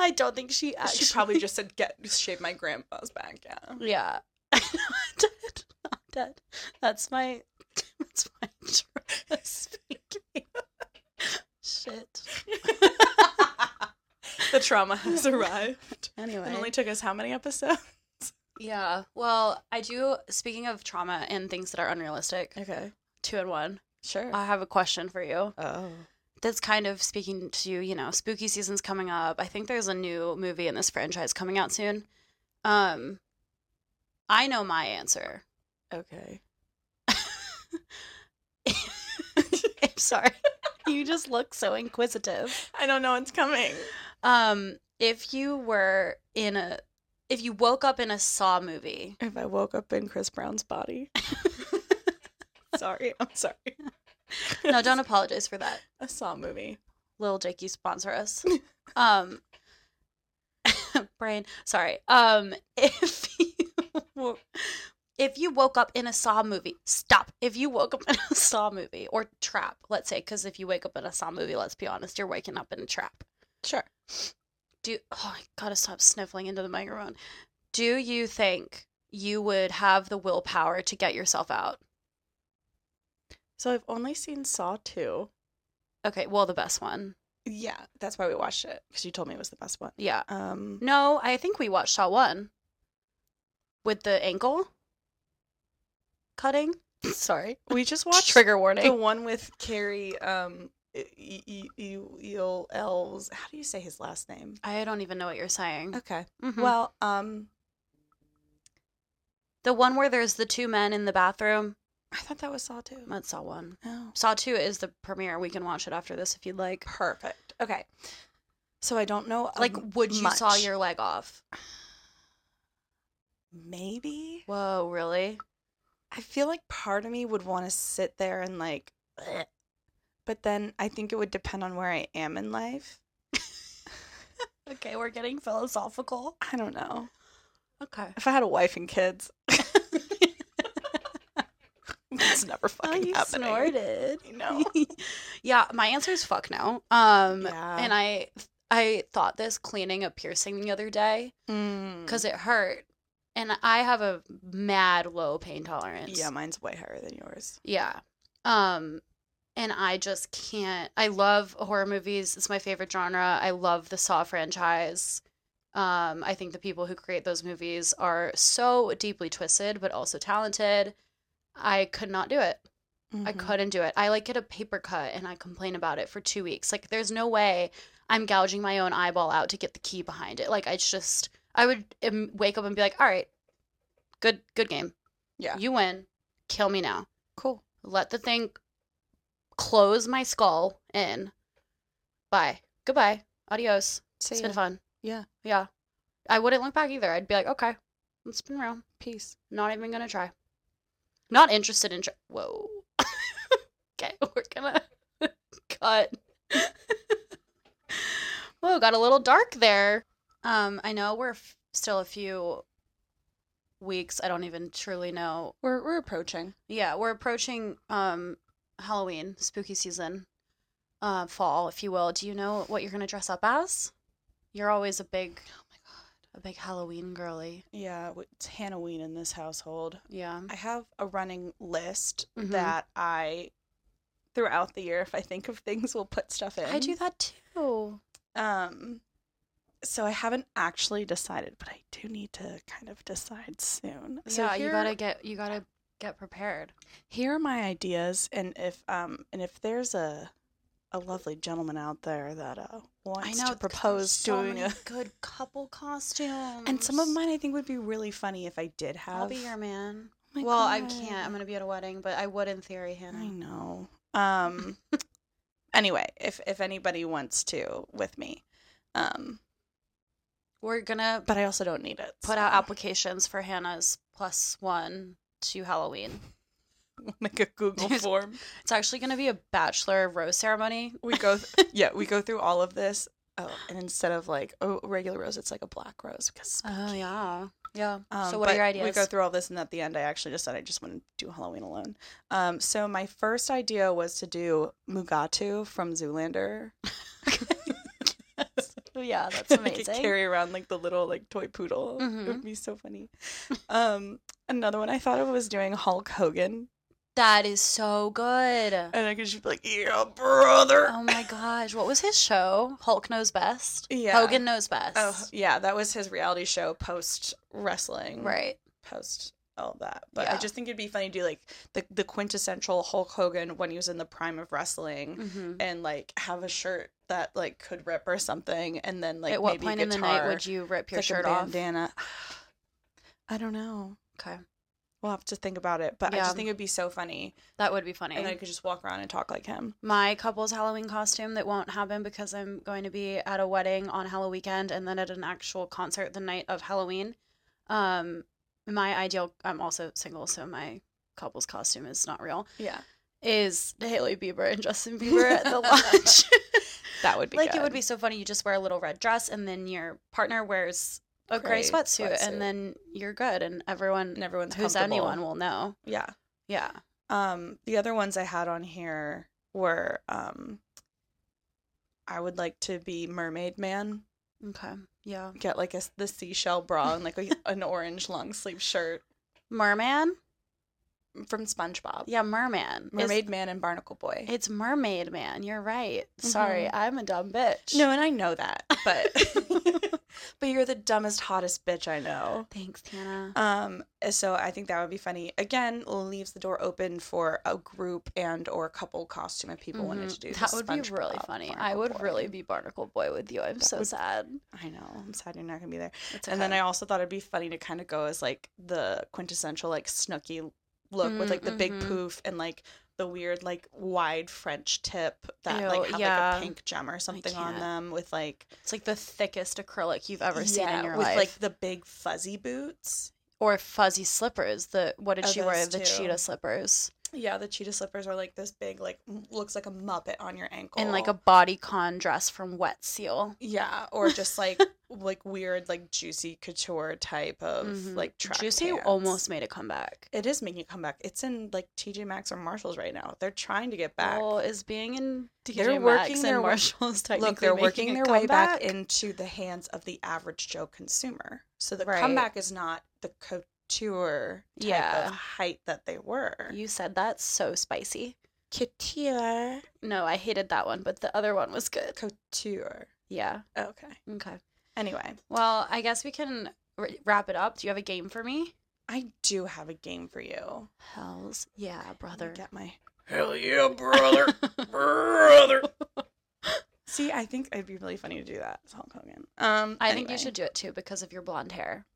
S1: i don't think she actually
S2: She probably just said, "Get shave my grandpa's back." <laughs> Yeah.
S1: <laughs> yeah <laughs> dead not dead that's my <laughs> that's my <laughs> intro speaking <laughs> shit
S2: the trauma has arrived.
S1: anyway
S2: It only took us how many episodes?
S1: yeah well i do speaking of trauma and things that are unrealistic
S2: Okay.
S1: two and one
S2: Sure.
S1: i have a question for you
S2: oh.
S1: that's kind of speaking to you know spooky season's coming up i think there's a new movie in this franchise coming out soon um i know my answer
S2: Okay.
S1: <laughs> i'm sorry you just look so inquisitive
S2: I don't know what's coming.
S1: um if you were in a if you woke up in a saw movie
S2: If I woke up in Chris Brown's body. <laughs> sorry. I'm sorry.
S1: no don't apologize for that
S2: <laughs> A Saw movie.
S1: Lil Jakey sponsor us. Um, <laughs> brain, sorry. Um, if you, were- if you woke up in a Saw movie, stop. If you woke up in a Saw movie or trap, let's say, because if you wake up in a Saw movie, let's be honest, you're waking up in a trap.
S2: Sure.
S1: Do oh, I gotta stop sniffling into the microphone. Do you think you would have the willpower to get yourself out?
S2: So I've only seen Saw 2.
S1: Okay, well, the best one.
S2: Yeah, that's why we watched it because you told me it was the best one.
S1: Yeah.
S2: Um,
S1: No, I think we watched Saw One with the ankle cutting. <laughs> Sorry.
S2: we just watched
S1: Trigger <laughs>
S2: the
S1: warning.
S2: one with Carrie um E- E- E- Eel Elves. How do you say his last name?
S1: I don't even know what you're saying.
S2: Okay.
S1: Mhm.
S2: uh, Well, um,
S1: the one where there's the two men in the bathroom.
S2: I thought that was Saw Two.
S1: That's Saw One.
S2: Oh,
S1: Saw Two is the premiere. We can watch it after this if you'd like.
S2: perfect. Okay. So I don't know.
S1: Like,
S2: um,
S1: would you saw
S2: much.
S1: your leg off?
S2: maybe?
S1: Whoa, really?
S2: I feel like part of me would want to sit there and like, bleh. but then I think it would depend on where I am in life.
S1: Okay, we're getting philosophical.
S2: I don't know.
S1: Okay.
S2: If I had a wife and kids, <laughs> it's never
S1: oh,
S2: fucking
S1: you
S2: happening.
S1: snorted.
S2: You know.
S1: <laughs> yeah, my answer is fuck no. Um,
S2: Yeah.
S1: and I I thought this cleaning a piercing the other day
S2: Because
S1: because it hurt, and I have a mad low pain tolerance.
S2: yeah, mine's way higher than yours.
S1: Yeah. Um and I just can't I love horror movies. It's my favorite genre. I love the Saw franchise. Um I think the people who create those movies are so deeply twisted but also talented. I could not do it. I
S2: Mhm.
S1: couldn't do it. I like get a paper cut and I complain about it for 2 weeks. Like there's no way I'm gouging my own eyeball out to get the key behind it. Like I just I would um, wake up and be like, "All right. Good good game.
S2: Yeah.
S1: You win. Kill me now."
S2: Cool.
S1: let the thing close my skull in. Bye. Goodbye. Adios.
S2: See
S1: it's
S2: ya.
S1: been fun.
S2: Yeah.
S1: Yeah. I wouldn't look back either. I'd be like, okay, it's been real.
S2: Peace.
S1: Not even gonna try. Not interested in. Tr- Whoa. <laughs> okay, <laughs> we're gonna cut. <laughs> Whoa, got a little dark there. Um, I know we're f- still a few weeks. I don't even truly know
S2: We're we're approaching.
S1: yeah, we're approaching um Halloween, spooky season, uh, fall, if you will. Do you know what you're gonna dress up as? You're always a big, oh my god, a big Halloween girly.
S2: Yeah, w- it's Halloween in this household.
S1: Yeah.
S2: I have a running list
S1: Mhm.
S2: that I throughout the year if I think of things we'll put stuff in.
S1: I do that too.
S2: Um so I haven't actually decided, but I do need to kind of decide soon. So
S1: yeah,
S2: here-
S1: you gotta get you gotta get prepared.
S2: here are my ideas and if um and if there's a a lovely gentleman out there that uh wants to
S1: there's
S2: propose
S1: so
S2: doing
S1: many
S2: a
S1: good couple costumes.
S2: and some of mine I think would be really funny if I did have
S1: I'll be your man.
S2: Oh my
S1: well, I
S2: God.
S1: can't. I'm gonna be at a wedding, but I would in theory,
S2: I
S1: Hannah.
S2: know.
S1: <laughs>
S2: Um anyway, if if anybody wants to with me. Um
S1: We're gonna
S2: but I also don't need it.
S1: put out
S2: so. <laughs>
S1: applications for Hannah's plus one to Halloween.
S2: like a
S1: <laughs>
S2: Google
S1: There's-
S2: form.
S1: It's actually going to be a bachelor rose ceremony.
S2: We
S1: <laughs>
S2: go, th- yeah, we go through all of this. Oh, and instead of like a regular rose, it's like a black rose because.
S1: Oh yeah, yeah.
S2: Um,
S1: Uh, so what are
S2: but
S1: your ideas?
S2: We go through all this, and at the end, I actually just said I just want to do Halloween alone. Um, so my first idea was to do Mugatu from Zoolander. <laughs>
S1: yeah, that's
S2: I could
S1: amazing.
S2: carry around like the little like toy poodle. It
S1: Mhm.
S2: would be so funny. um, another one I thought of was doing Hulk Hogan,
S1: that is so good.
S2: <laughs> and I could just be like, "Yeah, brother."
S1: Oh my gosh, what was his show? Hulk knows best.
S2: Yeah.
S1: Hogan knows best.
S2: Oh yeah, that was his reality show post wrestling,
S1: right.
S2: Post all that, but I
S1: Yeah.
S2: just think it'd be funny to do like the the quintessential Hulk Hogan when he was in the prime of wrestling,
S1: hmm
S2: and like have a shirt that like could rip or something, and then like
S1: At what
S2: maybe
S1: point
S2: a
S1: in the night
S2: guitar,
S1: would you rip your
S2: like, a
S1: shirt off?
S2: bandana. <sighs> I don't know.
S1: Okay,
S2: We'll have to think about it, but I
S1: Yeah.
S2: just think it'd be so funny,
S1: that would be funny.
S2: and I could just walk around and talk like him.
S1: my couple's Halloween costume that won't happen because I'm going to be at a wedding on Halloween weekend and then at an actual concert the night of Halloween. Um, my ideal, I'm also single, so my couple's costume is not real,
S2: Yeah,
S1: is Haley Bieber and Justin Bieber at
S2: <laughs>
S1: the launch. <laughs>
S2: that would be
S1: like, it would
S2: good.
S1: be so funny. You just wear a little red dress and then your partner wears a gray,
S2: Gray
S1: sweatsuit,
S2: sweatsuit.
S1: and then you're good, and everyone
S2: and everyone's
S1: who's
S2: comfortable.
S1: anyone will know.
S2: Yeah.
S1: Yeah.
S2: Um, the other ones I had on here were um, I would like to be Mermaid Man.
S1: Okay. Yeah.
S2: Get like a s the seashell bra and like <laughs> a, an orange long sleeve shirt
S1: Merman.
S2: from SpongeBob.
S1: Yeah, merman. Is-
S2: Mermaid Man and Barnacle Boy.
S1: It's mermaid man. You're right. Sorry,
S2: Mhm.
S1: I'm a dumb bitch.
S2: no, and I know that, <laughs> but but you're the dumbest, hottest bitch I know.
S1: Thanks, Hannah.
S2: Um, so I think that would be funny. Again, leaves the door open for a group and or couple costume if people wanted
S1: Mhm.
S2: to do
S1: that
S2: the
S1: would be really
S2: SpongeBob
S1: funny. I
S2: Barnacle
S1: would
S2: Boy.
S1: really be Barnacle Boy with you. I'm
S2: That
S1: so
S2: would-
S1: sad.
S2: I know. I'm sad you're not gonna be there.
S1: It's
S2: And then
S1: okay.
S2: I also thought it'd be funny to kind of go as like the quintessential like Snooky look with
S1: Mm,
S2: like the big
S1: mhm.
S2: poof and like the weird like wide French tip that
S1: Ew,
S2: like have
S1: yeah.
S2: like a pink gem or something
S1: can't.
S2: on them with like
S1: it's like the thickest acrylic you've ever seen
S2: Yeah,
S1: in your
S2: with
S1: life.
S2: like the big fuzzy boots.
S1: or fuzzy slippers. The what did
S2: Oh,
S1: she wear?
S2: those
S1: The
S2: too.
S1: cheetah slippers
S2: Yeah, the cheetah slippers are like this big like m- looks like a muppet on your ankle
S1: and like a bodycon dress from Wet Seal.
S2: yeah or <laughs> just like like weird like juicy couture type of
S1: Mhm.
S2: like track
S1: Juicy
S2: pants.
S1: almost made a comeback.
S2: it is making a comeback. It's in like TJ Maxx or Marshalls right now. They're trying to get back.
S1: Well, is being in TJ
S2: They're
S1: Maxx
S2: working
S1: and
S2: their wa-
S1: Marshalls technically
S2: Look, they're
S1: making
S2: working
S1: a
S2: their way back
S1: comeback?
S2: into the hands of the average Joe consumer. So the
S1: Right.
S2: comeback is not the couture type
S1: Yeah.
S2: of height that they were.
S1: You said that so spicy.
S2: couture,
S1: No, I hated that one, but the other one was good.
S2: couture.
S1: Yeah.
S2: Okay.
S1: Okay.
S2: Anyway,
S1: Well, I guess we can r- wrap it up. Do you have a game for me?
S2: I do have a game for you.
S1: Hells yeah,
S2: Let me
S1: brother.
S2: Get my hell yeah, brother, <laughs> brother. See, I think it'd be really funny to do that. It's Hulk Hogan. Um,
S1: I think you
S2: anyway,
S1: should do it too because of your blonde hair.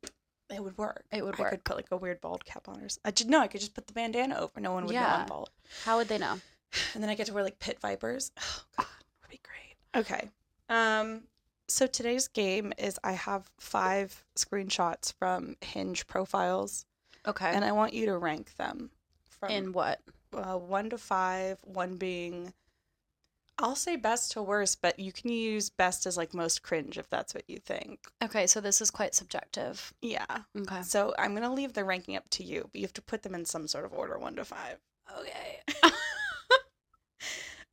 S2: It would work.
S1: It would
S2: I
S1: work.
S2: could put like a weird bald cap on or s- I did no, I could just put the bandana over. No one would know
S1: Yeah.
S2: I'm bald.
S1: How would they know?
S2: And then I get to wear like pit vipers. Oh god, would be great. Okay. Um so today's game is I have five screenshots from Hinge profiles
S1: Okay.
S2: and I want you to rank them from
S1: In what?
S2: uh, 1 to 5, 1 being I'll say best to worst, but you can use best as like most cringe if that's what you think.
S1: Okay, so this is quite subjective.
S2: Yeah.
S1: Okay.
S2: So I'm going to leave the ranking up to you, but you have to put them in some sort of order 1
S1: <laughs>
S2: to 5.
S1: Okay.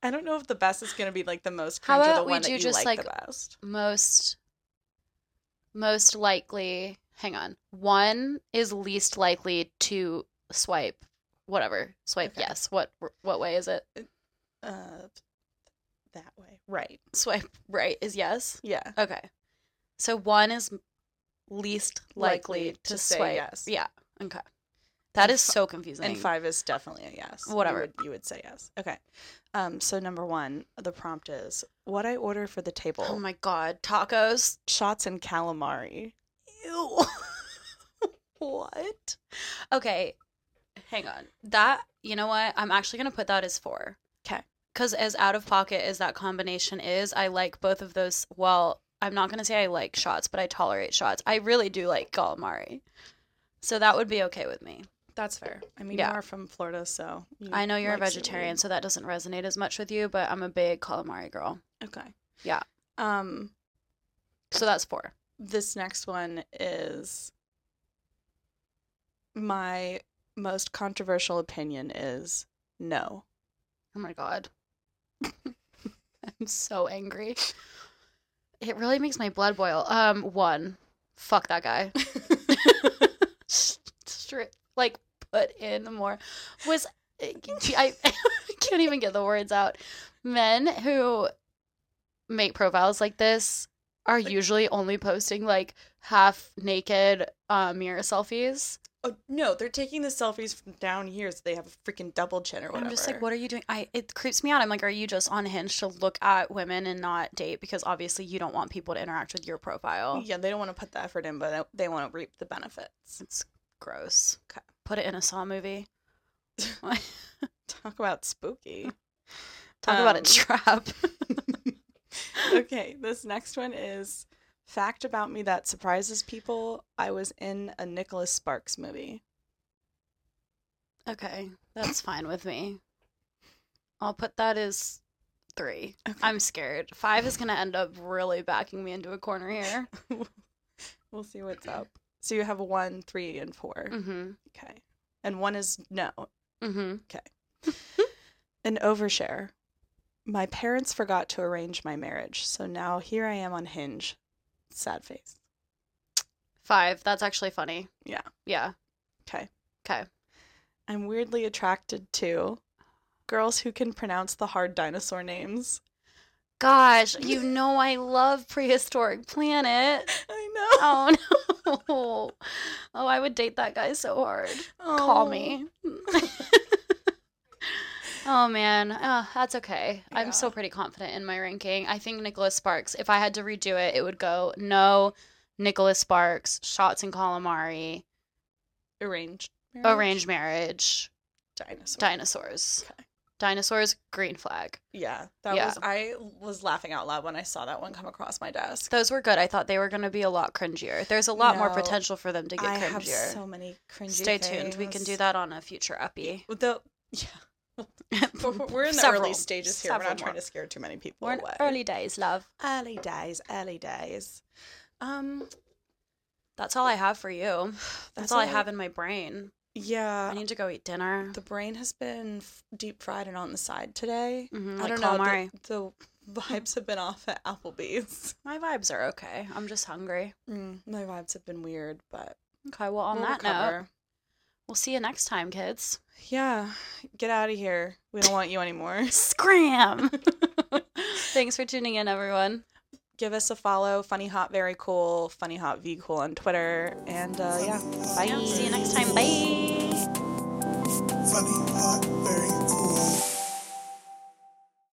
S2: I don't know if the best is going to be like the most
S1: How
S2: cringe or
S1: about
S2: the
S1: we
S2: one that
S1: do
S2: you
S1: just,
S2: like, the
S1: like-
S2: best.
S1: Most most likely, hang on. One is least likely to swipe whatever. Swipe
S2: Okay.
S1: yes. What what way is it?
S2: Uh, that way. Right.
S1: Swipe right is yes.
S2: Yeah.
S1: Okay. So one is m- least likely,
S2: Likely
S1: to,
S2: to say
S1: swipe.
S2: yes.
S1: Yeah. Okay. That
S2: And
S1: is
S2: fi-
S1: so confusing.
S2: And five is definitely a yes. You
S1: Whatever.
S2: would- You would, say yes. Okay. Um, so number one, the prompt is what I order for the table.
S1: Oh my god, tacos.
S2: Shots and <laughs> calamari.
S1: Ew. <laughs> what? Okay. Hang on. That, you know what? I'm actually going to put that as 4.
S2: 'Kay.
S1: Cuz as out of pocket as that combination is, I like both of those. Well, I'm not going to say I like shots, but I tolerate shots. I really do like calamari. So that would be okay with me.
S2: That's fair. I mean,
S1: Yeah.
S2: you are from Florida, so. you
S1: I know you're a
S2: like seaweed.
S1: vegetarian, so that doesn't resonate as much with you, but I'm a big calamari girl.
S2: Okay.
S1: Yeah.
S2: Um,
S1: So that's four.
S2: this next one is my most controversial opinion is no.
S1: Oh my god. <laughs> I'm so angry. It really makes my blood boil. Um, one. Fuck that guy. Stri- like put in more was I, <laughs> I can't even get the words out. Men who make profiles like this are usually only posting like half naked uh, mirror selfies.
S2: Oh no, they're taking the selfies from down here, so they have a freaking double chin or whatever.
S1: I'm just like, what are you doing? I it creeps me out. I'm like, are you just on Hinge to look at women and not date? Because obviously you don't want people to interact with your profile.
S2: Yeah, they don't want to put the effort in, but they want to reap the benefits.
S1: It's gross.
S2: 'Kay.
S1: Put it in a Saw movie.
S2: <laughs>
S1: <laughs>
S2: Talk about spooky.
S1: Talk about a
S2: Um, <laughs>
S1: trap.
S2: okay, this next one is fact about me that surprises people. I was in a Nicholas Sparks movie.
S1: okay, that's fine with me. I'll put that as three.
S2: Okay.
S1: I'm scared. Five is gonna end up really backing me into a corner here.
S2: We'll see what's up. So you have one, three, and 4
S1: Mm-hmm.
S2: Okay. And one is no,
S1: Mm-hmm.
S2: an overshare. My parents forgot to arrange my marriage, so now here I am on Hinge. Sad face.
S1: Five. That's actually funny.
S2: Yeah.
S1: Yeah.
S2: Okay.
S1: Okay.
S2: I'm weirdly attracted to girls who can pronounce the hard dinosaur names. <laughs>
S1: Gosh, you know I love prehistoric planet.
S2: I know.
S1: Oh no. <laughs> Oh, I would date that guy so hard. <laughs> Call me. oh man, oh, that's okay.
S2: Yeah.
S1: I'm so pretty confident in my ranking. I think Nicholas Sparks. If I had to redo it, it would go no. Nicholas Sparks, Shots and Calamari,
S2: Arrange. marriage?
S1: Arranged Marriage,
S2: dinosaur.
S1: Dinosaurs.
S2: Okay.
S1: Dinosaurs, Green Flag.
S2: yeah, that
S1: Yeah.
S2: was. I was laughing out loud when I saw that one come across my desk.
S1: Those were good. I thought they were going to be a lot cringier. There's a lot more
S2: No,
S1: potential for them to get
S2: I
S1: cringier.
S2: have so many cringy.
S1: Stay tuned. We can
S2: things.
S1: do that on a future <laughs>
S2: <laughs>
S1: epi.
S2: The yeah. We're in the
S1: Several-
S2: early stages here. We're
S1: several
S2: not trying
S1: more.
S2: to scare too many people
S1: We're in
S2: away.
S1: early days, love.
S2: early days, early days. Um,
S1: That's all I have for you. <sighs>
S2: that's,
S1: That's, all I have in my brain. I
S2: Yeah,
S1: need to go eat dinner.
S2: the brain has been f- deep fried and on the side today.
S1: Mhm,
S2: I
S1: like
S2: don't know.
S1: calamari.
S2: The, the vibes have been off at Applebee's.
S1: My vibes are okay. I'm just hungry.
S2: Mm, my vibes have been weird, but
S1: Okay, well, on
S2: we'll
S1: that note,
S2: recover.
S1: we'll see you next time, kids.
S2: yeah, get out of here. We don't want you anymore. <laughs>
S1: Scram! <laughs> Thanks for tuning in, everyone.
S2: Give us a follow. Funny hot, very cool. Funny hot, v cool on Twitter. And uh, yeah, bye.
S1: Yeah, see you next time. Bye.
S3: Funny, hot, very cool.